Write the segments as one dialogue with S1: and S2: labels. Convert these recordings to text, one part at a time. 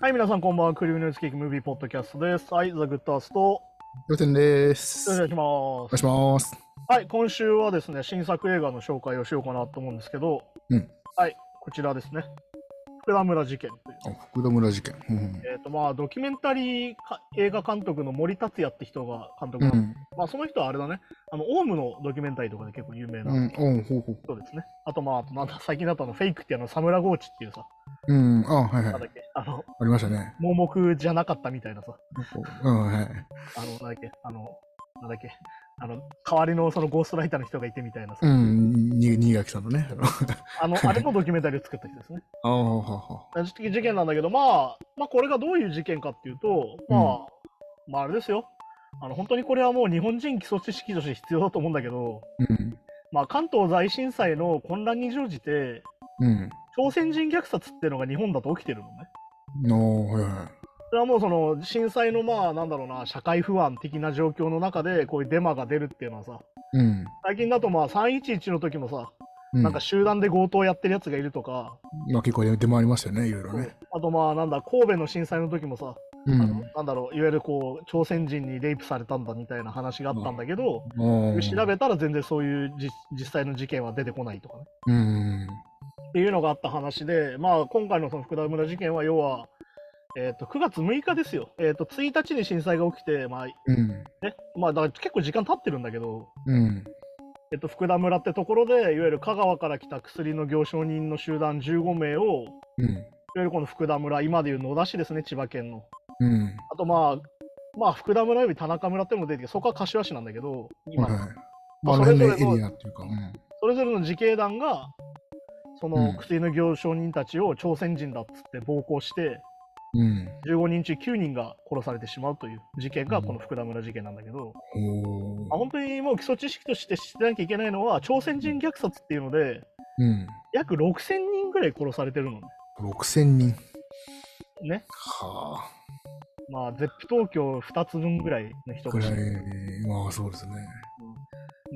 S1: はい、皆さんこんばんは。クリームネスケーキムービーポッドキャストです。はい、ザ・グッドアースト、よ
S2: よてんで
S1: ろし
S2: す。
S1: く
S2: お
S1: お願いしま
S2: 願い
S1: す。
S2: します。
S1: はい、今週はですね、新作映画の紹介をしようかなと思うんですけど、
S2: うん
S1: はい、こちらですね。福田村事件という。
S2: あ福田村事件。うん
S1: えっ、と、まあ、ドキュメンタリーか映画監督の森達也って人が監督
S2: う。
S1: なんの、まあ、その人はあれだね、あの、オウムのドキュメンタリーとかで結構有名
S2: うん。う。
S1: な
S2: う
S1: ん
S2: ん。ほうほう。
S1: 人ですね。あと、まあ、あとなんだ、最近だとあの、フェイクっていうあの、サムラゴーチっていうさ、
S2: うん。あ、はいはい。
S1: なん
S2: あ
S1: だっけ、あの、
S2: りましたね。
S1: 盲目じゃなかったみたいなさ、
S2: うん。はい。
S1: あの、なんだっけ、あの、なんだっけ、あの、代わりのそのゴーストライターの人がいてみたいなさ、
S2: うん。に、新垣さんのね。
S1: あの、あれのドキュメンタリーを作った人ですね。
S2: ああ、はは。
S1: 事件なんだけど、まあ、まあ、これがどういう事件かっていうと、まあ、まあ、あれですよ。あの、本当にこれはもう日本人基礎知識として必要だと思うんだけど、
S2: うん。
S1: まあ、関東大震災の混乱に乗じて、
S2: うん。
S1: 朝鮮人虐殺っていうのが日本だと起きてるのね。
S2: の、はいは
S1: それはもうその震災のまあなんだろうな社会不安的な状況の中でこういうデマが出るっていうのはさ
S2: い。うん。
S1: 最近だとまあ311の時もさ、
S2: うん。
S1: なんか集団で強盗やってるやつがいるとか、
S2: まあ、結構出回りましたよね。いろいろね。
S1: あとまあなんだ神戸の震災の時もさ、
S2: う
S1: あの
S2: ん。
S1: なんだろういわゆるこう朝鮮人にレイプされたんだみたいな話があったんだけど、
S2: ああ。
S1: 調べたら全然そういうじ実際の事件は出てこないとかね
S2: うん。
S1: っていうのがあった話で、まあ、今回のその福田村事件は要は、えー、と9月6日ですよ、えー、と1日に震災が起きて、まあね
S2: うん。
S1: まあ、だから結構時間経ってるんだけど、
S2: うん。
S1: えっと、福田村ってところでいわゆる香川から来た薬の行商人の集団15名を
S2: うん。
S1: いわゆるこの福田村、今でいう野田市ですね、千葉県の。
S2: うん。
S1: あとまあ、まあ、福田村より田中村ってのも出てきて、そこは柏市なんだけど、今、
S2: はいはい。まあ、あの辺のエリアっていうか。うん。
S1: それぞれの自警団が、そうの
S2: ん
S1: 薬の行商人たちを朝鮮人だっつって暴行して、
S2: うん。
S1: 15人中9人が殺されてしまうという事件がこの福田村事件なんだけど、
S2: お
S1: まあ、
S2: お。
S1: 本当にもう基礎知識として知ってなきゃいけないのは、朝鮮人虐殺っていうので、
S2: うん。
S1: 約6000人ぐらい殺されてるのね。
S2: 6000人。
S1: ね
S2: はあ。
S1: まあ、ゼップ東京2つ分ぐらいの人
S2: ぐ
S1: が
S2: らい、まあそうですね。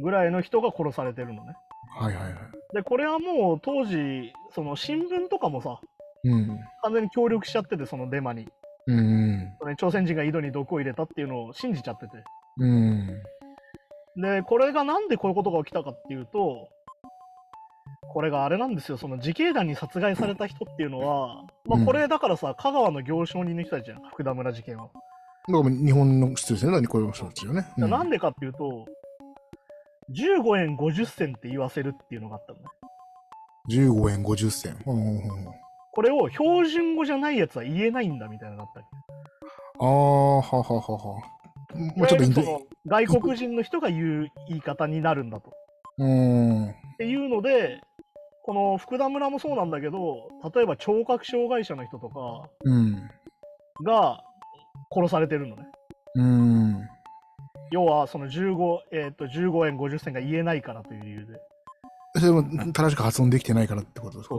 S1: ぐらいの人が殺されてるのね。
S2: はいはいはい。
S1: で、これはもう当時、その新聞とかもさ、
S2: うん。
S1: 完全に協力しちゃってて、そのデマに。
S2: うん。
S1: それに朝鮮人が井戸に毒を入れたっていうのを信じちゃってて。
S2: うん。
S1: で、これがなんでこういうことが起きたかっていうと、これがあれなんですよ、その自警団に殺害された人っていうのは、ま
S2: う
S1: あ
S2: ん
S1: これだからさ、香川の行商人の人たちじゃん、福田村事件は。
S2: だから日本の人ですよね、何これの人たちよね。
S1: な
S2: うん
S1: んでかっていうと、15円50銭って言わせるっていうのがあったのね。
S2: 15円50銭。うんうんうん
S1: これを標準語じゃないやつは言えないんだみたいなのがあったり
S2: ああ、はははは。もうちょっとインテリ
S1: いわゆるその外国人の人が言う言い方になるんだと。
S2: うん。
S1: っていうので、この福田村もそうなんだけど、例えば聴覚障害者の人とか
S2: うん。
S1: が殺されてるのね。
S2: うん。
S1: 要はその15、えー、と15円50銭が言えないからという理由で。
S2: それも正しく発音できてないからってことですか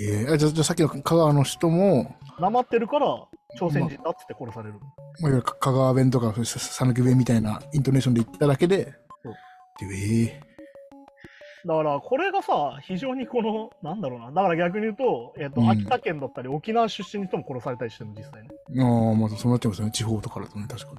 S2: ええあじゃあじゃあさっきの香川の人も、
S1: なまってるから朝鮮人だっつって殺される。
S2: まあいわゆる香川弁とかささ讃岐弁みたいなイントネーションで言っただけで、でええ
S1: だからこれがさ、非常にこの、なんだろうな、だから逆に言うと、えーと
S2: うん
S1: 秋田県だったり沖縄出身の人も殺されたりしてるの、実際ね。
S2: ああ、まあそうなっちゃいますよね。地方とかだとね、確か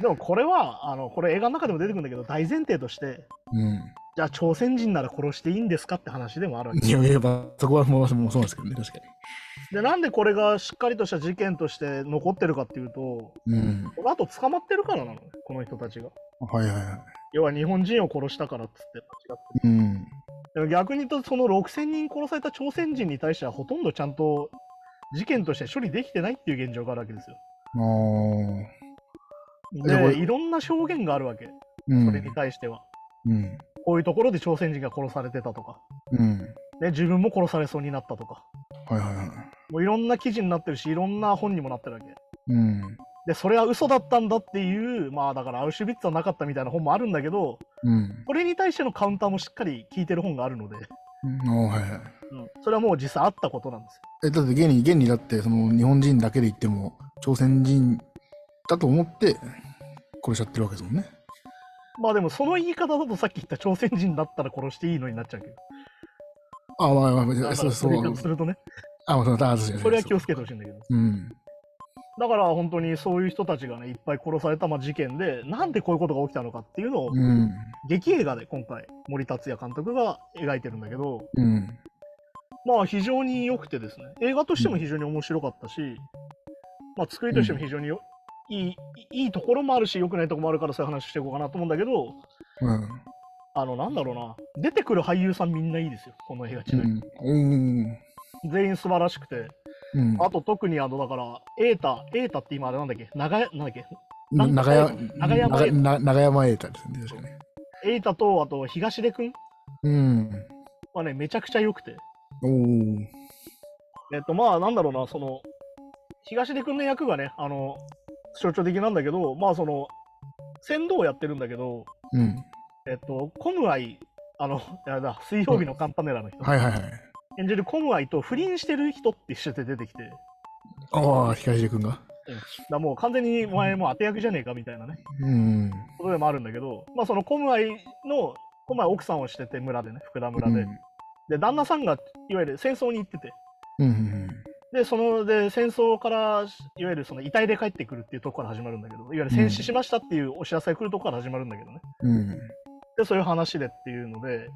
S1: でもこれは、あのこれ映画の中でも出てくるんだけど、大前提として、
S2: に。
S1: じゃあ朝鮮人なら殺していいんですかって話でもあるわ
S2: う
S1: け
S2: ん。いや、いや、まあそこはもうもうそうなんですけどね、確か
S1: でなんでこれがしっかりとした事件として残ってるかっていうと
S2: に。うん。
S1: この後捕まってるからなのねこの人たちが
S2: はいはいはい。
S1: 要は日本人を殺したからっつって間違っ
S2: う
S1: て
S2: ん。
S1: でも逆に言うとその6000人殺された朝鮮人に対してはほとんどちゃんと事件として処理できてないっていう現状があるわけですよ
S2: ああ。でこれ
S1: でいろんな証言があるわけ
S2: う
S1: そ
S2: ん。
S1: れに対しては、
S2: うん。
S1: こういうところで朝鮮人が殺されてたとか、
S2: うん。
S1: ね、自分も殺されそうになったとか
S2: はいはいはい。
S1: もういろんな記事になってるしいろんな本にもなってるわけ
S2: うん。
S1: でそれは嘘だったんだっていうまあだからアウシュビッツはなかったみたいな本もあるんだけど
S2: うん。
S1: これに対してのカウンターもしっかり聞いてる本があるので、
S2: ああ、はいはい。
S1: それはもう実際あったことなんですよ
S2: え、だって現に、現にだって、その日本人だけで言っても、朝鮮人だと思って、殺しちゃってるわけですもんね。
S1: まあでもその言い方だとさっき言った朝鮮人だったら殺していいのになっちゃうけど
S2: ああ、まあまあま
S1: だ
S2: あ、
S1: か
S2: そ
S1: ら
S2: うそ。
S1: そうれからするとね
S2: あ、まあ、そのあそうです
S1: それは気をつけてほしいんだけど。
S2: うん。
S1: だから本当にそういう人たちがね、いっぱい殺されたまあ事件で、なんでこういうことが起きたのかっていうのを、
S2: うん。
S1: 劇映画で今回、森達也監督が描いてるんだけど、
S2: うん。
S1: まあ非常に良くてですね、映画としても非常に面白かったし、まあ作りとしても非常によ、いい、いいところもあるし、良くないところもあるからそういう話していこうかなと思うんだけど、
S2: うん。
S1: あの、なんだろうな、出てくる俳優さんみんないいですよ、この映画
S2: う
S1: 中、
S2: ん。うん。
S1: 全員素晴らしくて、
S2: うん。
S1: あと特にあの、だから、エータ、エータって今あれなんだっけ長屋、なんだっけ
S2: な長屋
S1: 長山瑛太
S2: な長山瑛太ですね。確かね。
S1: エータと、あと東出くん
S2: うん。
S1: はね、めちゃくちゃ良くて。
S2: おー
S1: えっと、まあ、なんだろうな、その、東出くんの役がね、あの、象徴的なんだけど、まあ、その、船頭をやってるんだけど、
S2: うん。
S1: えっと、コムアイ、あの、 あれだ、水曜日のカンパネラの人、
S2: はいはいはい。
S1: 演じるコムアイと不倫してる人って一緒で出てきて、
S2: ああ、光出君が。
S1: だもう完全にお前もう当て役じゃねえかみたいなね、
S2: うん。
S1: ことでもあるんだけど、まあ、そのコムアイの、コムアイ奥さんをしてて、村でね、福田村で。で、旦那さんが、いわゆる戦争に行ってて、
S2: うん。うん。
S1: で、その、で、戦争から、いわゆるその遺体で帰ってくるっていうとこから始まるんだけど、いわゆる戦死しましたっていうお知らせが来るとこから始まるんだけどね。
S2: うん。
S1: で、そういう話でっていうので、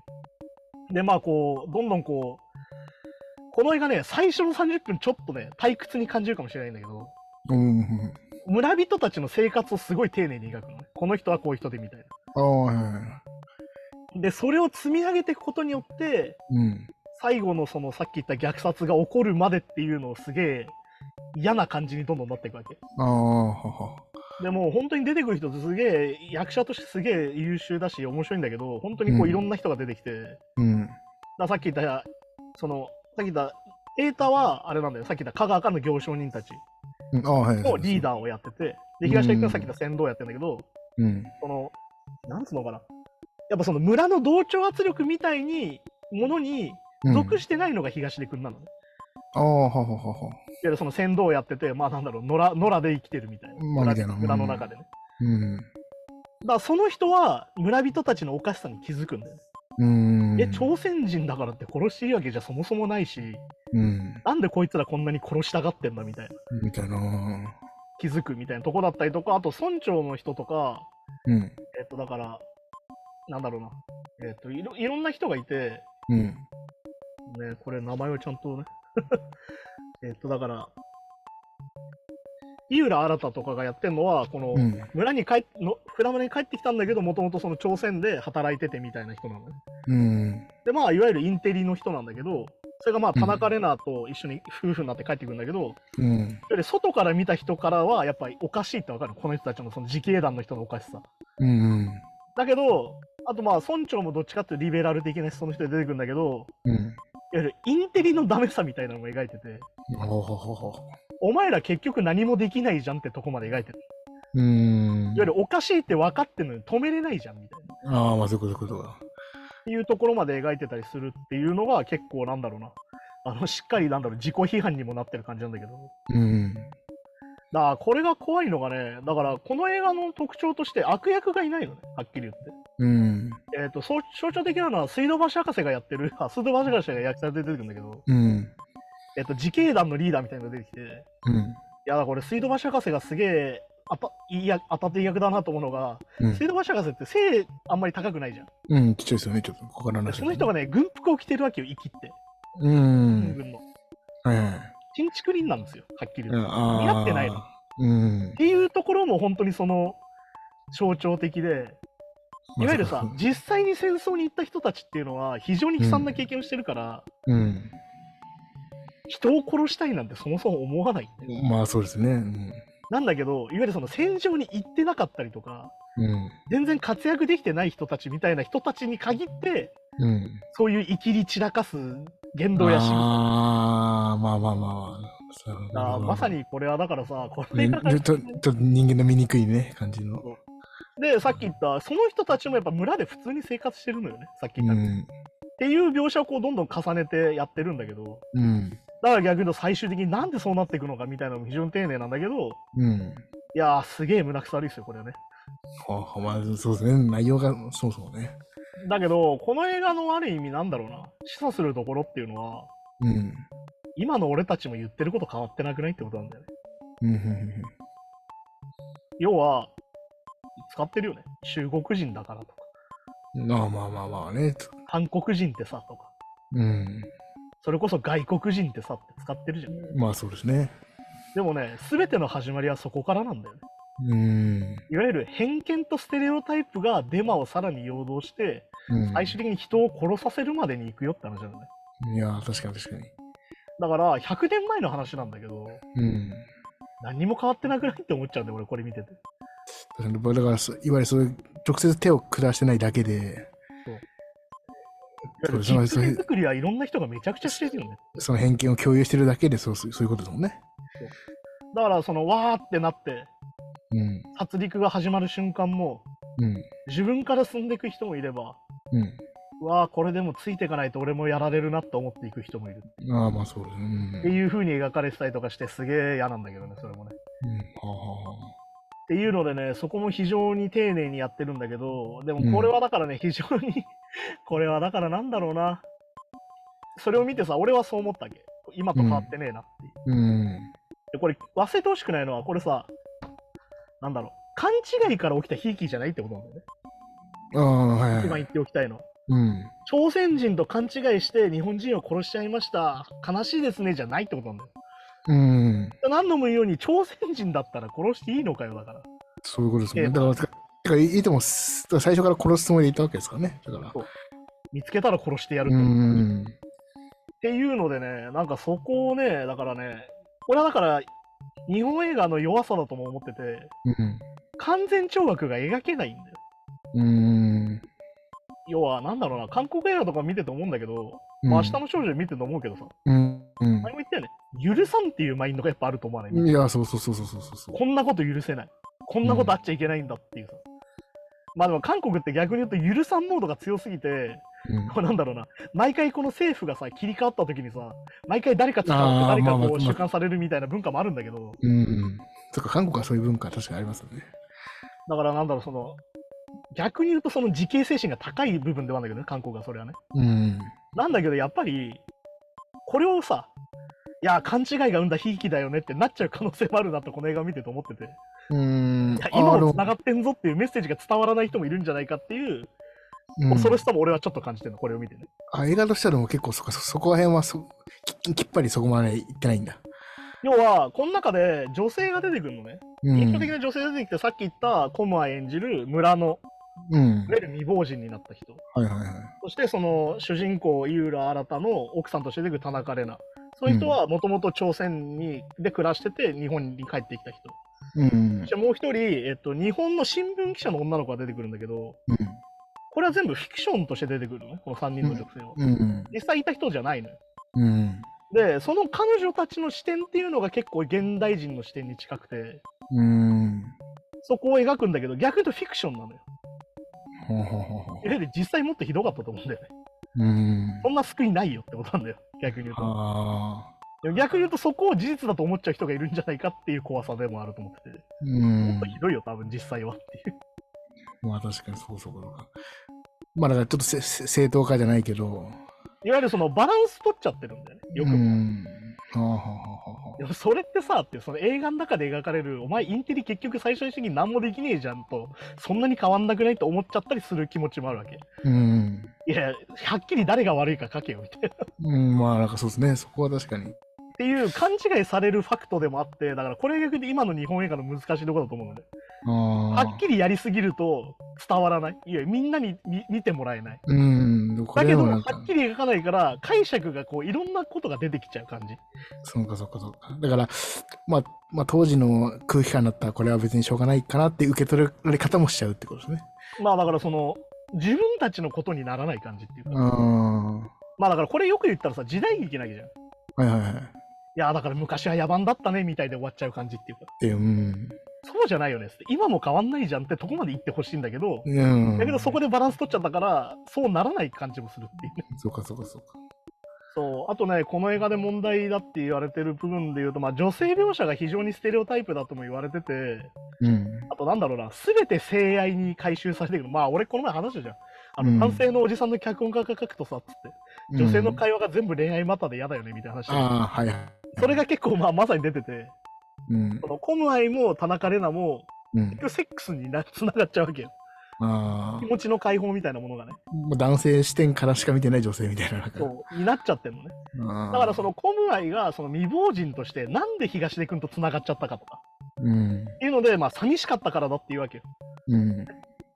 S1: で、まあこう、どんどんこう、この映画ね、最初の30分ちょっとね、退屈に感じるかもしれないんだけど、
S2: うん。うん。
S1: 村人たちの生活をすごい丁寧に描くのね。この人はこういう人でみたい
S2: ああ、はいはいはい。
S1: な。で、それを積み上げていくことによって、
S2: うん。
S1: 最後のそのさっき言った虐殺が起こるまでっていうのをすげえ嫌な感じにどんどんなっていくわけ。
S2: ああ、はは。
S1: でもう本当に出てくる人ってすげえ役者としてすげえ優秀だし面白いんだけど本当にこ
S2: う
S1: うんいろんな人が出てきて、だか
S2: うん。
S1: らさっき言ったそのさっき言った瑛太はあれなんだよさっき言った香川からの行商人たち
S2: うんああ、はい。
S1: のリーダーをやっててで東出君はさっき言った船頭やってんだけど、
S2: ー。うん。
S1: そのなんつうのかなやっぱその村の同調圧力みたいにものに
S2: うん
S1: 属してないのが東出君なのね、
S2: ああ、はははは。
S1: いわゆるその船頭をやっててまあなんだろう野良野良で生きてるみたいな,、
S2: まあみたいな
S1: 村の中でね
S2: うん。
S1: だからその人は村人たちのおかしさに気づくんだよね
S2: うん。
S1: え、朝鮮人だからって殺していいわけじゃそもそもないし、
S2: うん。
S1: なんでこいつらこんなに殺したがってんだみたいな、
S2: みたいな。
S1: 気づくみたいなとこだったりとか、あと村長の人とか、
S2: うん。
S1: えっと、だから、なんだろうな、えっと、いろいろんな人がいて、
S2: うん。
S1: ね、これ名前をちゃんとね、 えっと、だから、井浦新とかがやってるのは、この、
S2: うん。
S1: 村に帰っの福田村に帰ってきたんだけど、もともとその朝鮮で働いててみたいな人なのね。
S2: うん。
S1: でまあいわゆるインテリの人なんだけどそれがまあ
S2: うん
S1: 田中玲奈と一緒に夫婦になって帰ってくるんだけど、
S2: うん。
S1: で外から見た人からはやっぱりおかしいってわかるこの人たちのその自警団の人のおかしさ
S2: うん。
S1: だけどあとまあ村長もどっちかっていうとリベラル的な思想の人で出てくるんだけど
S2: うん。
S1: いわゆるインテリのダメさみたいなのも描いてて
S2: はははは。
S1: お前ら結局何もできないじゃんってとこまで描いてる
S2: うん
S1: いわゆ。るおかしいって分かってるのに止めれないじゃんみたいなっ
S2: ああ、まあそういうことそういうことだ。
S1: ていうところまで描いてたりするっていうのが結構なんだろうなあのしっかりなんだろう自己批判にもなってる感じなんだけど
S2: うん。
S1: だからこれが怖いのがね、だからこの映画の特徴として悪役がいないのね、はっきり言って。
S2: うん。
S1: えっ、と、そう象徴的なのは水道橋博士がやってる、あ、水道橋博士が役者で出てくるんだけど、
S2: うん。
S1: えっ、と、自警団のリーダーみたいなのが出てきて、いや、
S2: うん。
S1: だからこれ水道橋博士がすげえ、あたいいや当たっていい役だなと思うのが、
S2: うん
S1: 水道橋博士って背あんまり高くないじゃん。
S2: うん、ちっちゃいですよね、ちょっと。ここから
S1: で
S2: な
S1: その人がね、軍服を着てるわけよ、生きって。
S2: うん
S1: 軍。軍の。
S2: はいはい。
S1: チンチクリンなんですよ、はっきり言って。
S2: あ
S1: 似合ってないの
S2: うん
S1: っ。ていうところも本当にその、象徴的で、いわゆるさ、実際に戦争に行った人たちっていうのは、非常に悲惨な経験をしてるから、
S2: うん。
S1: 人を殺したいなんてそもそも思わないんだよ。
S2: まあそうですね。うん。
S1: なんだけど、いわゆるその戦場に行ってなかったりとか、
S2: うん。
S1: 全然活躍できてない人たちみたいな人たちに限って、
S2: うん。
S1: そういう生きり散らかす言動やしぐ
S2: ああ、まあまあまあまあ。そう
S1: さあーまさ。にこれはだからさ、これ
S2: ね
S1: が、
S2: ちょっと人間の醜いね、感じの。
S1: で、さっき言った、その人たちもやっぱ村で普通に生活してるのよね、さっき
S2: う
S1: 言った。っ
S2: ん。
S1: ていう描写をこうどんどん重ねてやってるんだけど、
S2: うん。
S1: だから逆に言うと最終的になんでそうなっていくのかみたいなのも非常に丁寧なんだけど、
S2: うん。
S1: いやー、すげえ胸くそ悪いですよ、これはね。
S2: ああ、まあそうですね。内容がそもそもね。
S1: だけど、この映画のある意味なんだろうな、示唆するところっていうのは、
S2: うん。
S1: 今の俺たちも言ってること変わってなくないってことなんだよね。
S2: うんうんうん
S1: 要は、使ってるよね。中国人だからとか、
S2: うんまあまあまあまあね。
S1: 韓国人ってさとか、
S2: うん。
S1: それこそ外国人ってさって使ってるじゃん。
S2: まあそうですね。
S1: でもね、すべての始まりはそこからなんだよね。
S2: うん。
S1: いわゆる偏見とステレオタイプがデマをさらに陽動して、
S2: うん、
S1: 最終的に人を殺させるまでに行くよって話なんだね。
S2: いやー、確かに確かに。
S1: だから、100年前の話なんだけど、
S2: うん。
S1: 何にも変わってなくないって思っちゃうんだよ、俺これ見てて。
S2: 確かにだからそういわゆるそういう直接手を下してないだけで、そうですね
S1: 実現 作りはいろんな人がめちゃくちゃしてるよね。
S2: その偏見を共有してるだけでそうすそういうことだもんね。
S1: だから、その、わーってなって、
S2: うん。
S1: 殺戮が始まる瞬間も、
S2: うん。
S1: 自分から進んでいく人もいれば、
S2: うん。
S1: うわー、これでもついていかないと俺もやられるなと思っていく人もいる。
S2: ああ、まあそうですね。
S1: って
S2: うん。
S1: いう風に描かれてたりとかして、すげえ嫌なんだけどね、それもね。
S2: うん、はあはあは
S1: っていうのでね、そこも非常に丁寧にやってるんだけど、でもこれはだからね、非常に、 これはだからなんだろうな。それを見てさ、俺はそう思ったわけ。今と変わってねえなって
S2: あう
S1: いう。
S2: ん。
S1: でこれ、忘れてほしくないのは、これさ、なんだろう。勘違いから起きたひいきじゃないってことなんだよね。
S2: ああ、はい
S1: 一
S2: は
S1: 番言
S2: い。
S1: っておきたいのは。
S2: うん。
S1: 朝鮮人と勘違いして日本人を殺しちゃいました。悲しいですね、じゃないってことなんだよ。
S2: うん。
S1: 何度も言うように、朝鮮人だったら殺していいのかよ、だから。
S2: そういうことですもん
S1: ええ
S2: ね。だから、てかてかいいとも、す最初から殺すつもりでいたわけですからね。だから。
S1: 見つけたら殺してやる
S2: う
S1: という。
S2: ん。
S1: っていうのでね、なんかそこをね、だからね、俺はだから、日本映画の弱さだとも思ってて、
S2: うん。
S1: 完全懲悪が描けないんだよ。
S2: うん。
S1: 要は、なんだろうな、韓国映画とか見てて思うんだけど、まあ、明日の少女見てて思うけどさ、
S2: うん。うん
S1: 前も言ったよね、許さんっていうマインドがやっぱあると思わない、
S2: いや、そうそうそうそうそうそう。
S1: こんなこと許せない。こんなことあっちゃいけないんだっていうさ。まあでも韓国って逆に言うと許さんモードが強すぎて、
S2: うん
S1: こうなんだろうな、毎回この政府がさ、切り替わった時にさ、毎回誰か使
S2: あー
S1: って誰か
S2: まあ
S1: こ
S2: ま
S1: う
S2: あ
S1: 収監されるみたいな文化もあるんだけど、
S2: うん。そっか、韓国はそういう文化確かにありますよね。
S1: だからなんだろう、その、逆に言うとその自警精神が高い部分ではあるんだけどね、韓国はそれはね。
S2: うん。
S1: なんだけどやっぱり、これをさ、いや、勘違いが生んだひいきだよねってなっちゃう可能性もあるなとこの映画を見てて思ってて、い
S2: うん
S1: や。
S2: あ
S1: 今
S2: ーで
S1: も
S2: も
S1: 繋がってんぞっていうメッセージが伝わらない人もいるんじゃないかっていう、
S2: うん
S1: 恐ろしさも俺はちょっと感じてるの、これを見てね。
S2: あ映画としてはでも結構そこそそこら辺はそききっぱりそこまで行ってないんだ。
S1: 要は、この中で女性が出てくるのね。
S2: うん。
S1: 印象的な女性が出てきて、さっき言ったコムア演じる村の、
S2: うん
S1: いわ。ゆる未亡人になった人。
S2: はいはいはい。
S1: そしてその主人公、井浦新の奥さんとして出てくる田中玲奈。そういう人はもともと朝鮮にで暮らしてて日本に帰ってきた人。
S2: うん
S1: そし。てもう一人、えっと、日本の新聞記者の女の子が出てくるんだけど、これは全部フィクションとして出てくるのね、この3人の女性は。
S2: うん。うん。
S1: 実際いた人じゃないのよ。
S2: うん。
S1: で、その彼女たちの視点っていうのが結構現代人の視点に近くて、
S2: うん。
S1: そこを描くんだけど、逆に言うとフィクションなのよ。
S2: ほうほうほうほ
S1: いわゆる実際もっとひどかったと思うんだよね。
S2: う。うん。
S1: そんな救いないよってことなんだよ、逆に言うと。
S2: ああ。
S1: でも逆に言うとそこを事実だと思っちゃう人がいるんじゃないかっていう怖さでもあると思ってて、
S2: う
S1: も
S2: ん
S1: っと。ひどいよ多分実際はっていう
S2: まあ確かにそうそうそうか。まあだからちょっとせせ正当化じゃないけど。
S1: いわゆるそのバランス取っちゃってるんだよねよく
S2: う
S1: も、
S2: ん。はあはあはあはあ
S1: でもそれってさってその映画の中で描かれるお前インテリ結局最終的に何もできねえじゃんとそんなに変わんなくないと思っちゃったりする気持ちもあるわけ
S2: うん。
S1: いやはっきり誰が悪いか書けよみたいなっ
S2: うん。まあなんかそうですね。そこは確かに。
S1: ていう勘違いされるファクトでもあってだからこれ逆に今の日本映画の難しいところだと思うので
S2: あ
S1: は
S2: あ。
S1: っきりやりすぎると伝わらないいやみんなに見見てもらえない
S2: うん。こ
S1: だけ
S2: れ
S1: ど、
S2: も
S1: は
S2: なん
S1: っ
S2: か。
S1: きり描かないから、解釈がこういろんなことが出てきちゃう感じ。
S2: そうかそうかそうか。だから、まあ、まあ、当時の空気感だったらこれは別にしょうがないかなって受け取られ方もしちゃうってことですね。
S1: まあだからその、自分たちのことにならない感じっていうか、
S2: うん。は
S1: まあだからこれよく言ったらさ、時代劇なわけじゃん。い
S2: いはいはい。
S1: や、だから昔は野蛮だったねみたいで終わっちゃう感じっていうか、
S2: え、うん。
S1: そうじゃないよねっつって、今も変わんないじゃんってとこまで行ってほしいんだけど、
S2: うん。
S1: だけどそこでバランス取っちゃったから、そうならない感じもするっていうね。
S2: そうかそうかそうか。
S1: そう。あとね、この映画で問題だって言われてる部分で言うと、まあ女性描写が非常にステレオタイプだとも言われてて、
S2: うん。
S1: あとなんだろうな、すべて性愛に回収されてくる。まあ俺この前話したじゃん。あ
S2: う
S1: の
S2: ん
S1: 男性のおじさんの脚本家が書くとさ、つって、女性の会話が全部恋愛またで嫌だよねみたいな話、
S2: ああ、はいはい。
S1: それが結構まあまさに出てて
S2: うん
S1: こ。のコムアイも田中玲奈も
S2: うん
S1: 結。局セックスになつながっちゃうわけよ
S2: ああ
S1: 気、持ちの解放みたいなものがね
S2: もう男性視点からしか見てない女性みたいな。なんか
S1: そうになっちゃってるのね
S2: あー
S1: だからそのコムアイがその未亡人としてなんで東出君とつながっちゃったかとか
S2: うん。
S1: っていうのでまあ寂しかったからだっていうわけよ
S2: うん。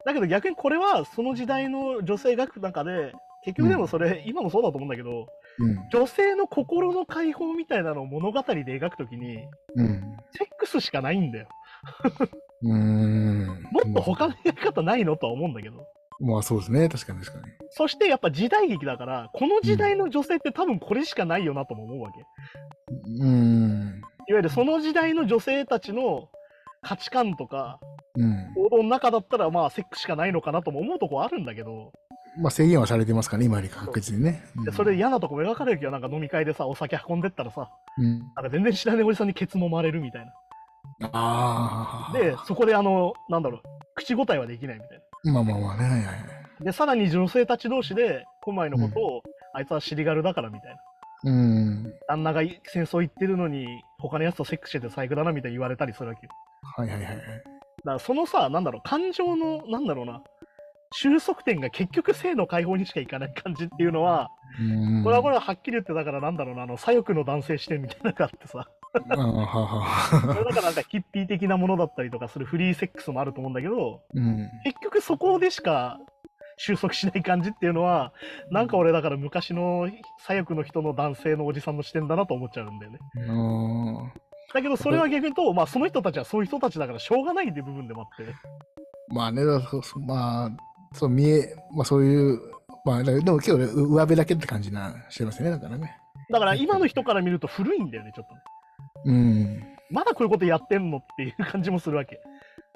S1: だけど逆にこれはその時代の女性学の中で結局でもそれ、今もそうだと思うんだけど
S2: うん。
S1: 女性の心の解放みたいなのを物語で描くときに
S2: うん。
S1: セックスしかないんだよ
S2: うーん。
S1: もっと他のやり方ないのとは思うんだけど
S2: まあそうですね。確かに確かに。
S1: そしてやっぱ時代劇だからこの時代の女性って多分これしかないよなとも思うわけ、
S2: うーん。
S1: いわゆるその時代の女性たちの価値観とか
S2: うん。
S1: 行動の中だったらまあセックスしかないのかなとも思うとこあるんだけど
S2: まあ制限はされてますからね、今より確実にね。
S1: で
S2: うん
S1: それ、嫌なとこ描かれるけどなんか飲み会でさお酒運んでったらさ
S2: うん、
S1: なんか全然知らないおじさんにケツ揉まれるみたいな
S2: ああ。
S1: で、そこであのなんだろう口答えはできないみたいな
S2: まあまあまあね。はいはい。
S1: でさらに女性たち同士でコマイのことを、あいつは尻軽だからみたいな
S2: うん。
S1: 旦那が戦争行ってるのに他のやつとセックスしてて最悪だなみたいに言われたりするわけよ
S2: はいはいはい。
S1: だからそのさなんだろう感情のなんだろうな収束点が結局性の解放にしかいかない感じっていうのは、
S2: うん。
S1: これはこ
S2: れ。
S1: れははっきり言ってだからなんだろうなあの左翼の男性視点みたいなのがあってさ
S2: ああ、はあ
S1: それ
S2: はあ。
S1: だからなんかヒッピー的なものだったりとかするフリーセックスもあると思うんだけど
S2: うん。
S1: 結局そこでしか収束しない感じっていうのはなんか俺だから昔の左翼の人の男性のおじさんの視点だなと思っちゃうんだよね
S2: ああ。
S1: だけどそれは逆に言うと、まあ、その人たちはそういう人たちだからしょうがないっていう部分でもあって
S2: まあね、だからそまあ、そう見え、まあそういう、まあ、だでも結構ねう上辺だけって感じな、してますよね、だからね。
S1: だから今の人から見ると古いんだよねちょっとね
S2: うん。
S1: まだこういうことやってんのっていう感じもするわけ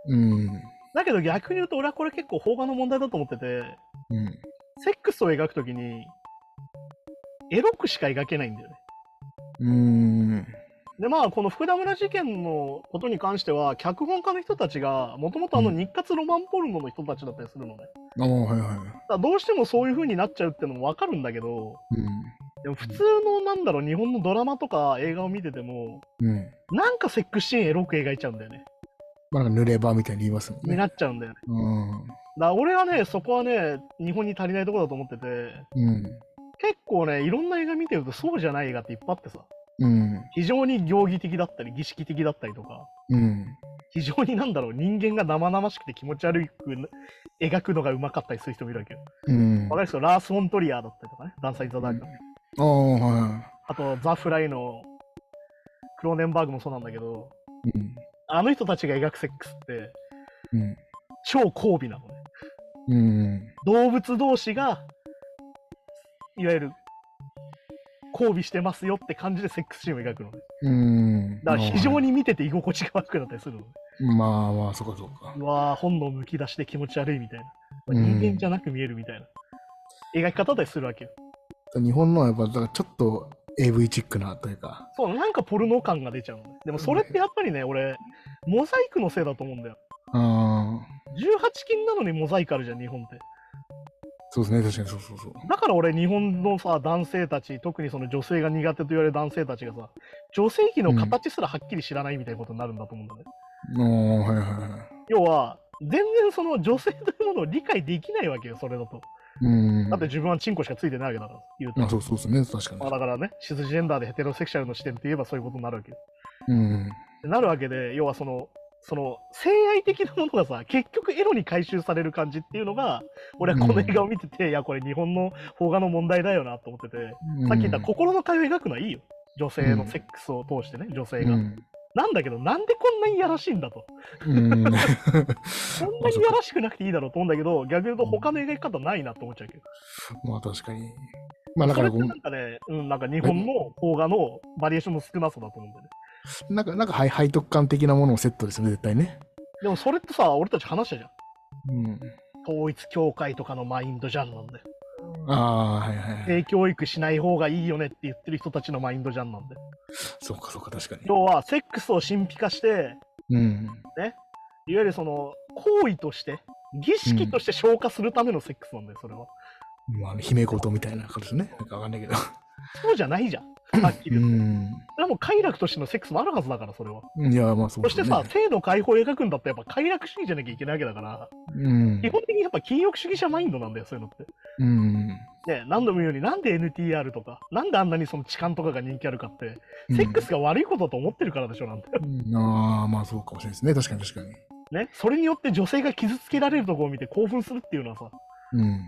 S2: うん。
S1: だけど逆に言うと俺はこれ結構邦画の問題だと思ってて
S2: うん。
S1: セックスを描くときにエロくしか描けないんだよね
S2: うん。
S1: でまあこの福田村事件のことに関しては脚本家の人たちがもともとあの
S2: うん
S1: 日活ロマンポルノの人たちだったりするのね、だか
S2: ああ、はいはい。
S1: らどうしてもそういう風になっちゃうってのもわかるんだけどでも普通のなんだろう日本のドラマとか映画を見てても
S2: うん。うん。
S1: なんかセックスシーンエロく描いちゃうんだよね
S2: まあ、なんか濡れ場みたいに言いますもん
S1: に
S2: ね。
S1: なっちゃうんだよね
S2: うん。
S1: だから俺はねそこはね日本に足りないところだと思ってて
S2: うん。
S1: 結構ねいろんな映画見てるとそうじゃない映画っていっぱいあってさ
S2: うん。
S1: 非常に行儀的だったり儀式的だったりとか
S2: うん。
S1: 非常になんだろう人間が生々しくて気持ち悪くな描くのがうまかったりする人もいるわけよ。
S2: うん。
S1: わかりますかラース・フォントリアーだったりとかね、ダンサイズ・ザ・ダーク、
S2: ああ、は
S1: あとザ・フライのクローネンバーグもそうなんだけど、
S2: い。うん。
S1: あの人たちが描くセックスって
S2: うん。
S1: 超交尾なのね。
S2: うん。
S1: 動物同士がいわゆる交尾してますよって感じでセックスシーンを描くのね。
S2: うん。
S1: だから非常に見てて居心地が悪くなったりするのね。
S2: まあまあ、そっかそっか
S1: う。わー本能むき出しで気持ち悪いみたいな。
S2: うん
S1: 人間じゃなく見えるみたいな。描き方でするわけよ。
S2: 日本のはやっぱ、だからちょっと AV チックなというか。
S1: そう、なんかポルノ感が出ちゃうのね。でもそれってやっぱりね、俺、モザイクのせいだと思うんだよ。
S2: ああ。
S1: 18禁なのにモザイクあるじゃん、日本って。
S2: そうですね、確かにそうそうそう。
S1: だから俺、日本のさ、男性たち、特にその女性が苦手と言われる男性たちがさ、女性器の形すらはっきり知らないみたいなことになるんだと思うんだね。
S2: おーはいはいはい。
S1: 要は、全然その女性というものを理解できないわけよ、それだと。
S2: うん。
S1: だって自分はチンコしかついてないわけだから、言うと。
S2: まあそうそうですね、確
S1: まあ
S2: か
S1: だからね、シスジェンダーでヘテロセクシャルの視点って言えばそういうことになるわけよ。
S2: に。うん。
S1: なるわけで要はそのその性愛的なものがさ結局エロに回収される感じっていうのが俺はこの映画を見てて、いやこれ日本の邦画の問題だよなと思ってて、さっき言った心の通い描くのはいいよ女性のセックスを通してね女性が、
S2: うん。
S1: なんだけどなんでこんなにやらしいんだと
S2: うん。
S1: そんなにやらしくなくていいだろうと思うんだけど逆に言うと他の描き方ないなって思っちゃうけど、
S2: まあ確かに。まあだからこ
S1: それってなんかね、うん、なんか日本の邦画のバリエーションの少なさだと思うんだよね
S2: う、なんか、なんか背背徳感的なものをセットですね、絶対ね。
S1: でもそれってさ俺たち話したじゃん
S2: うん。
S1: 統一教会とかのマインドじゃんなんで
S2: ああ、はいはいはい。
S1: 性教育しない方がいいよねって言ってる人たちのマインドじゃんなんで
S2: そうかそうか、確かに。
S1: 要はセックスを神秘化して
S2: うん。
S1: いわゆるその行為として儀式として消化するためのセックスなんだよそれは、
S2: まあ、姫事みたいな感じですね。なんかわかんないけど。
S1: そうじゃないじゃん。はっきり
S2: う
S1: 言って。
S2: ん。
S1: それはもう快楽としてのセックスもあるはずだから、それは。
S2: いや、まあそう
S1: そ
S2: で
S1: し
S2: すね。
S1: てさ、性の解放を描くんだったらやっぱ快楽主義じゃなきゃいけないわけだから、
S2: うん
S1: 基。本的にやっぱ禁欲主義者マインドなんだよ、そういうのって。
S2: うん。
S1: ね、何度も言うように、なんで NTR とか、なんであんなにその痴漢とかが人気あるかって、セックスが悪いことだと思ってるからでしょ、なんて。
S2: うんああ、まあそうかもしれないですね。確かに確かに。
S1: ね、それによって女性が傷つけられるとこを見て興奮するっていうのはさ、
S2: うん。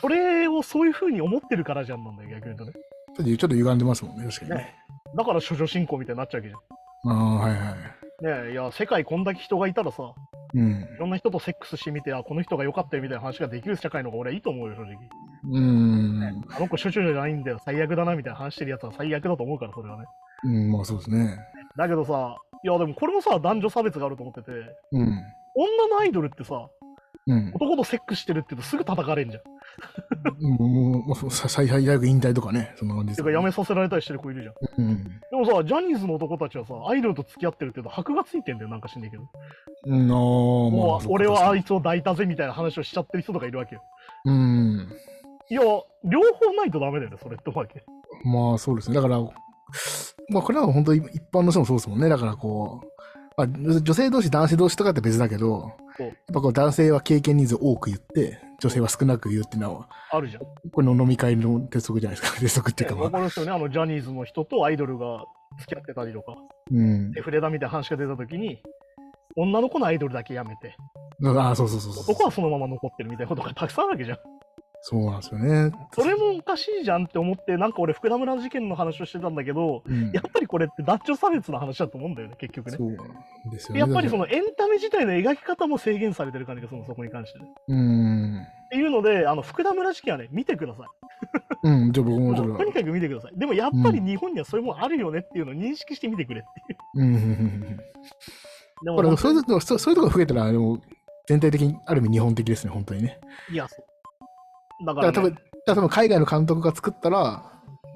S1: それをそういう風に思ってるからじゃんなんだよ、逆に言うとね。
S2: ちょっとちょっと歪んでますもんね、確かにね。
S1: ねだから処女信仰みたいになっちゃうわけじ
S2: ああ、はいはい。
S1: ゃん。ねえ、いや、世界こんだけ人がいたらさ、
S2: うん
S1: い。ろんな人とセックスしてみて、あ、この人が良かったよみたいな話ができる社会の方が俺はいいと思うよ、正直。
S2: うん。
S1: あの子処女じゃないんだよ、最悪だなみたいな話してるやつは最悪だと思うから、それはね。
S2: うん、まあそうですね。
S1: だけどさ、いや、でもこれもさ、男女差別があると思ってて、
S2: うん。
S1: 女のアイドルってさ、
S2: うん。
S1: 男とセックスしてるって言うとすぐ叩かれんじゃん。
S2: もう、まあそう、さ最大学引退とかね、そんな感じで
S1: て
S2: す
S1: か、
S2: よ
S1: や
S2: ね、
S1: めさせられたりしてる子いるじゃん。
S2: うん。
S1: でもさ、ジャニーズの男たちはさ、アイドルと付き合ってるって言うと箔がついてんだよ、なんかしんねえけど。
S2: うん、ああ、ま
S1: も
S2: あ
S1: う
S2: そうか。
S1: 俺はあ
S2: い。
S1: いつを抱いたぜみたいな話をしちゃってる人とかいるわけよ。
S2: うん。
S1: いや、両方ないとダメだよね、それってわけ。
S2: まあそうですね。だから、まあこれは本当に一般の人もそうですもんね。だからこう、まあ、女女性同士、男性同士とかって別だけど、
S1: そう
S2: やっぱこう男性は経験人数多く言って、女性は少なく言うっていうのは、
S1: あるじゃん。
S2: これの飲み会の鉄則じゃないですか。鉄則っていうか、
S1: わ
S2: ま
S1: か
S2: あ、
S1: るですよね、あのジャニーズの人とアイドルが付き合ってたりとか、
S2: うん。
S1: デフレだみたいな話が出たときに、女の子のアイドルだけやめて、
S2: ああ、そうそうそうそう。
S1: 男はそのまま残ってるみたいなことがたくさんあるわけじゃん。
S2: そうなんですよね。
S1: それもおかしいじゃんって思って、なんか俺、福田村事件の話をしてたんだけど、
S2: うん
S1: やっぱりこれって男女差別の話だと思うんだよね、結局ね
S2: そ。うですよね。
S1: やっぱりそ
S2: の、
S1: のエンタメ自体の描き方も制限されてる感じがするの、そこに関してね。
S2: うん。
S1: っていうので、あの福田村事件はね、見てください。
S2: うん、じゃあ僕
S1: も
S2: も
S1: う
S2: ちょっ
S1: と
S2: と
S1: に。かく見てください。でもやっぱり日本にはそういうもんあるよねっていうのを認識してみてくれってい
S2: う
S1: う。
S2: んうんうんうん。
S1: で
S2: これ
S1: も、
S2: そういうとこ、そうそういうとこ増えたら、でも、全体的にある意味日本的ですね、本当にね。
S1: いや、そうだか
S2: だから多
S1: ら、
S2: 分、
S1: ね、
S2: だから多分海外の監督が作ったら、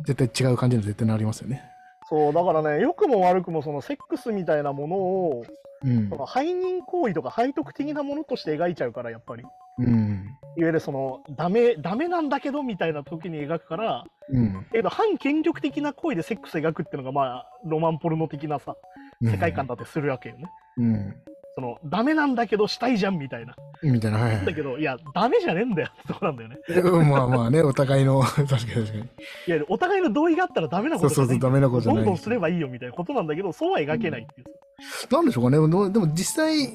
S2: 絶対違う感じには絶対なりますよね。
S1: そう、だからね、良くも悪くもそのセックスみたいなものを、
S2: うん
S1: そ。の背任行為とか背徳的なものとして描いちゃうから、やっぱり。いわ
S2: うん。
S1: ゆるその、ダメ、ダメなんだけどみたいな時に描くから、
S2: うん。
S1: えっと、反権力的な行為でセックス描くっていうのが、まあ、ロマンポルノ的なさ、世界観だってするわけよね。
S2: うん。
S1: その、ダメなんだけどしたいじゃんみたいな。
S2: うん。みたいな、はいは
S1: だけ
S2: い。
S1: ど、いや、ダメじゃねえんだよってとこなんだよね。
S2: うんまあまあね、お互いの、 確かに確かに。
S1: いやお互いの同意があったらダメな
S2: そ
S1: こ
S2: う
S1: と
S2: そ
S1: じゃ
S2: う
S1: な
S2: そう、
S1: い
S2: ダメなことじゃ
S1: ど
S2: ない。
S1: んどんすればいいよみたいなことなんだけどそうは描けないっていう、
S2: なんでしょうかね。でもでも実際、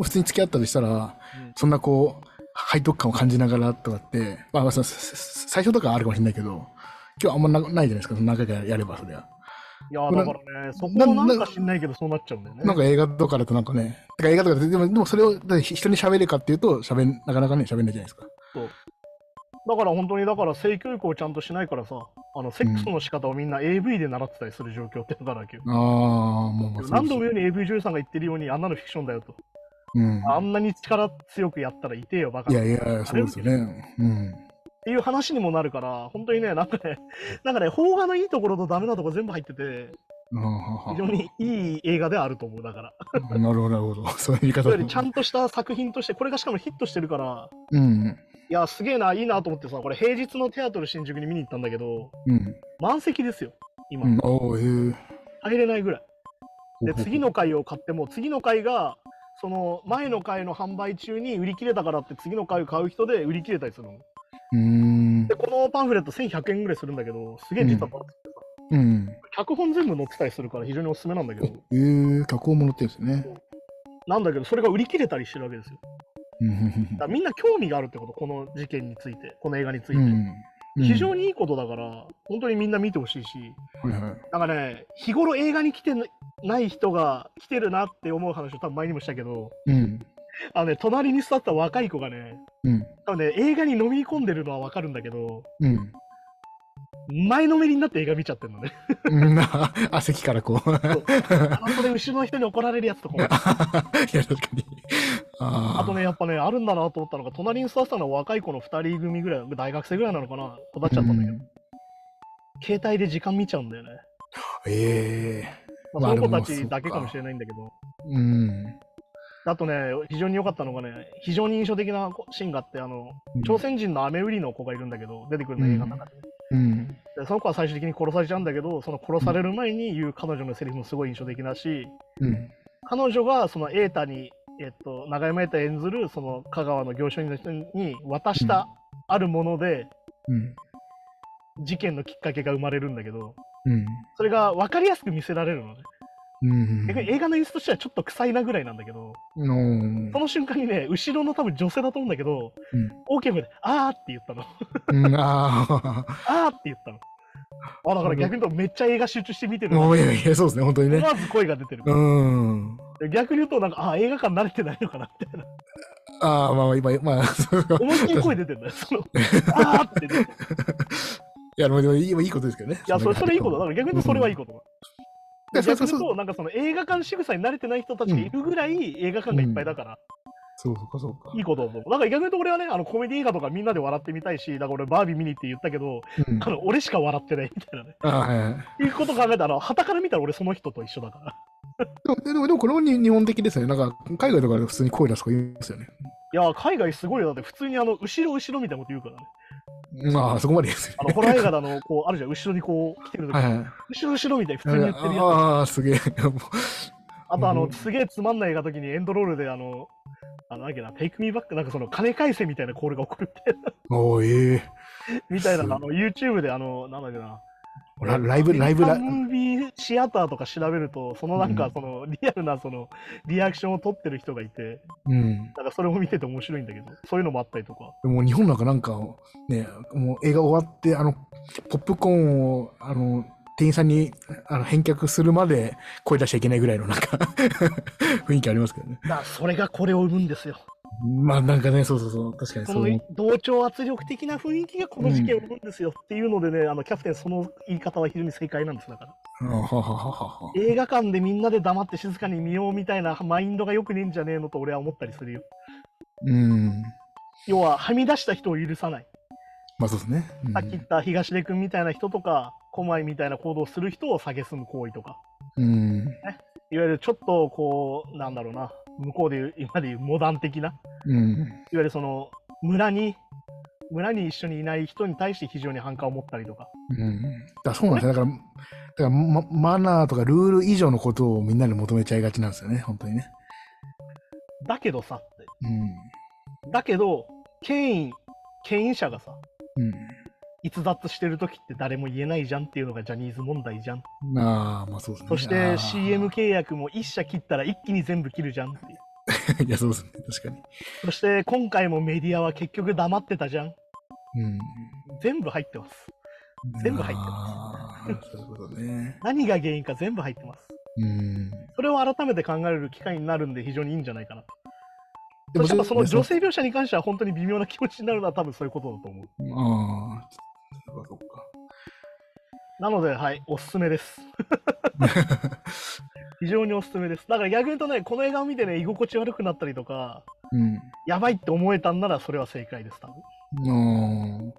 S2: 普通に付き合ったりしたら、そんなこう、背徳感を感じながらとかって、まあまあ、そそそ最初とかはあるかもしれないけど、今日あんまなないじゃないですか、その何回かやれば、そりゃ。
S1: いやーだからねそこ
S2: な
S1: もなんか知んないけどそうなっちゃうんだよね
S2: なんか映画とかだとなんかね、てか映画とかで、でも、でもそれをだから人に喋るかっていうと、喋んなかなかね、喋んないじゃないですか。
S1: だから本当にだから性教育をちゃんとしないからさあのセックスの仕方をみんな AV で習ってたりする状況ってだらけよ、
S2: ああ、もう、まあ、
S1: 何度も
S2: う
S1: 言
S2: で
S1: うように AV 女優さんが言ってるようにあんなのフィクションだよと、
S2: すうん。
S1: あんなに力強くやったら痛えよバカ
S2: い
S1: っ
S2: やいや、そうですよね。うん。
S1: ていう話にもなるから本当にねなんかねなんかね邦画のいいところとダメなところ全部入ってて
S2: あーは
S1: 非常にいい映画ではあると思う だから
S2: はなるほど、なるほど。そういう言い
S1: い
S2: 方
S1: わゆるちゃんとした作品として、これがしかもヒットしてるから、
S2: うん。
S1: いや、すげえな、いいなと思ってさ、これ平日のテアトル新宿に見に行ったんだけど、
S2: うん。
S1: 満席ですよ、今。
S2: うん。おおへえ。
S1: 入れないぐらい。で、次
S2: の。
S1: の回を買っても、次の回が、その前の回の販売中に売り切れたからって、次の回を買う人で売り切れたりするの。
S2: うーん
S1: で、。このパンフレット1100円ぐらいするんだけど、すげえ実は、
S2: うん。
S1: 脚本全部載ってたりするから非常におすすめなんだけど、
S2: えー、加工ものって言うんですね。
S1: なんだけど、それが売り切れたりしてるわけですよ。
S2: うん
S1: だからみんな興味があるってこと、この事件について、この映画について。
S2: うん。うん
S1: 非常。にいいことだから、本当にみんな見てほしいし、
S2: はいはい。
S1: なんかね、日頃映画に来てない人が来てるなって思う話を多分前にもしたけど、
S2: うん。
S1: あのね、隣に座った若い子がね、
S2: うん。
S1: 多分ね、映画に飲み込んでるのはわかるんだけど、
S2: うん。
S1: 前のめりになって映画見ちゃってるのね。
S2: うん。な、あ、席からこう。
S1: あとで後ろの人に怒られるやつ とかも。
S2: いや、確かに。あー
S1: あとね、やっぱね、あるんだなと思ったのが、隣に座ってたのは若い子の2人組ぐらい、大学生ぐらいなのかな、子だっちゃったんだけど、
S2: うん
S1: 携帯で時間見ちゃうんだよね。
S2: ええ
S1: まあ、その子
S2: まあ
S1: たちだけ
S2: でも
S1: かもしれないんだけど。
S2: うん。
S1: あとね、非常に良かったのがね、非常に印象的なシーンがあって、あの、朝鮮人の雨売りの子がいるんだけど、出てくるの映画の中で。
S2: うん。
S1: でその子は最終的に殺されちゃうんだけど、その殺される前に言う彼女のセリフもすごい印象的だし、
S2: うん。
S1: 彼女がその瑛太に、えっと、長山瑛太演ずるその香川の行商人の人に渡したあるもので、
S2: うん。
S1: 事件のきっかけが生まれるんだけど、
S2: うん。
S1: それが分かりやすく見せられるのね。
S2: うん。
S1: 逆に映画の演出としてはちょっと臭いなぐらいなんだけど、
S2: うん
S1: その瞬間にね、後ろの多分女性だと思うんだけど、
S2: うん
S1: 大きい声で、あーって言ったの。
S2: うん。あ
S1: あーって言ったの。あ、だから逆に言うとめっちゃ映画集中して見て
S2: あ。
S1: るな。
S2: も
S1: 思
S2: ういやいや、そうですね、本当にね。
S1: わず声が出てる。
S2: うん。
S1: 逆に言うと、なんか、あ、映画館慣れてないのかなって。
S2: ああ、まあまあ、今、まあ、 そうか。
S1: 思いっきり声出てるんだよ。その、あーって出てる。
S2: いや、でもでもいいいいことですけどね。
S1: いや、それ、それいいことだ。だから逆に言うとそれはいいことだ。
S2: うん
S1: 逆
S2: そう
S1: に
S2: そう
S1: 言う
S2: そ
S1: と、なんかその映画館仕草に慣れてない人たちがいるぐらい映画館がいっぱいだから、
S2: そうか、そうか
S1: いい。ことだと思う。だから逆に言うと俺はね、あのコメディ映画とかみんなで笑ってみたいし、だから俺バービー見に行って言ったけど、
S2: うん
S1: あの俺しか笑ってないみたいなね。
S2: ああ、はいはい。
S1: いうこと考えたら、はたから見たら俺その人と一緒だから。
S2: でも、でも、でもこれもに日本的ですよね。なんか、海外とかで普通に声出す子いますよね。
S1: いやー、海外すごいよ。だって普通にあの、後ろ後ろみたいなこと言うからね。
S2: まあ、そこまでですよ
S1: あの、
S2: ね。
S1: ホラー映画だの、こう、あるじゃん、後ろにこう、来てる時、
S2: はいはい。
S1: 後ろ後ろみたいに普通に言ってるやつ。あ
S2: ああ、すげえ。 も
S1: と、あ
S2: う
S1: の、
S2: ん
S1: すげえつまんない映画時にエンドロールで、あの、あの、なんだっけな、テイクミーバック、なんかその、金返せみたいなコールが起こるみたいな。
S2: うおーええ
S1: みたいなのが、あ
S2: す
S1: の、YouTube で、あの、なんだっけな。
S2: ラライブ、ライブ、
S1: ア
S2: ラ
S1: メリカムービーシアターとか調べると、そのなんか、その、リアルな、その、リアクションを取ってる人がいて、
S2: うん。
S1: なんかそれを見てて面白いんだけど、そういうのもあったりとか。
S2: でも日本なんかなんか、ね、もう映画終わって、あの、ポップコーンを、あの、店員さんにあの返却するまで声出しちゃいけないぐらいのなんか 雰囲気ありますけどね。
S1: だからそれがこれを生むんですよ。
S2: まあなんかね、そうそうそう、確かに
S1: こ
S2: そう
S1: の
S2: 思
S1: 同調圧力的な雰囲気がこの事件を生むんですよっていうのでね、あのキャプテン、その言い方は非常に正解なんですだから。
S2: う。ははははは
S1: 映画館でみんなで黙って静かに見ようみたいなマインドがよくねえんじゃねえのと俺は思ったりするよ。
S2: うん。
S1: 要は、はみ出した人を許さない。
S2: まあそうですね。うん
S1: さっき言った東出君みたいな人とか、狛江みたいな行動をする人を蔑む行為とか、
S2: うん。
S1: いわゆるちょっとこう、なんだろうな、向こうで言う、今で言うモダン的な、いわ
S2: うん。
S1: ゆるその、村に、村に一緒にいない人に対して非常に反感を持ったりとか。
S2: うん。だそうなんですよ。だから、だからママナーとかルール以上のことをみんなに求めちゃいがちなんですよね、本当にね。
S1: だけどさって。
S2: うん。
S1: だけど、権威、権威者がさ、逸脱してる時って誰も言えないじゃんっていうのがジャニーズ問題じゃん。
S2: うん。ああ、まあそうですね。
S1: そし
S2: あ
S1: て
S2: ー
S1: CM 契約も一社切ったら一気に全部切るじゃんってい う。
S2: いや、そうですね。確か
S1: そして今回もメディアは結局黙ってたじゃん。
S2: に。うん。
S1: 全部入ってます。 全部入って
S2: ます。そういうことね。
S1: 何が原因か全部入ってます。
S2: うん。
S1: それを改めて考える機会になるんで非常にいいんじゃないかな。
S2: で
S1: そしてやっぱその女
S2: あ
S1: 性描写に関しては本当に微妙な気持ちになるのは多分そういうことだと思う。
S2: あー。そうかそうか
S1: なので、はい、おすす めです。非常におすすめです。だから逆に言うとね、この映画を見てね、居心地悪くなったりとか、
S2: うん。
S1: やばいって思えたんならそれは正解です、多分。
S2: あ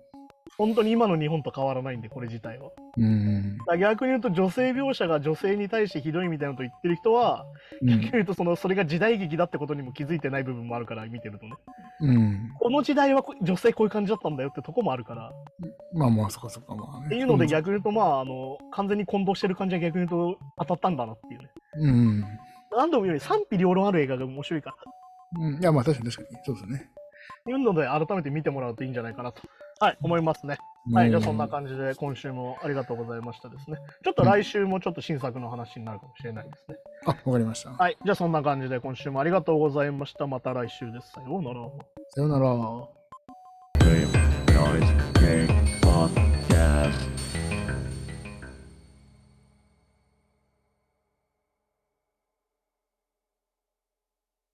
S1: 本当に今の日本と変わらないんで、これ自体は。
S2: ーうん。
S1: だから逆に言うと、女性描写が女性に対してひどいみたいなこと言ってる人は、
S2: う
S1: 逆に
S2: ん。
S1: 言うとその、それが時代劇だってことにも気づいてない部分もあるから、見てるとね。
S2: うん。
S1: この時代はこ女性こういう感じだったんだよってとこもあるから。
S2: まあまあ、そっかそっか。まあ、ね。
S1: っていうので、逆に言うと、まあ、あの、完全に混同してる感じは逆に言うと当たったんだなっていうね。
S2: うん。
S1: 何度も言うように賛否両論ある映画が面白いから。
S2: うん。いや、まあ確かに確かに。そうですね。
S1: っていうので、改めて見てもらうといいんじゃないかなと。はい、思いますね。はい、じゃあそんな感じで、今週もありがとうございましたですね。ちょっと来週もちょっと新作の話になるかもしれないですね。
S2: じ。あ、わかりました。
S1: はい、じゃあそんな感じで、今週もありがとうございました。また来週です。さようなら。
S2: さようなら。
S3: game, night, game, fun.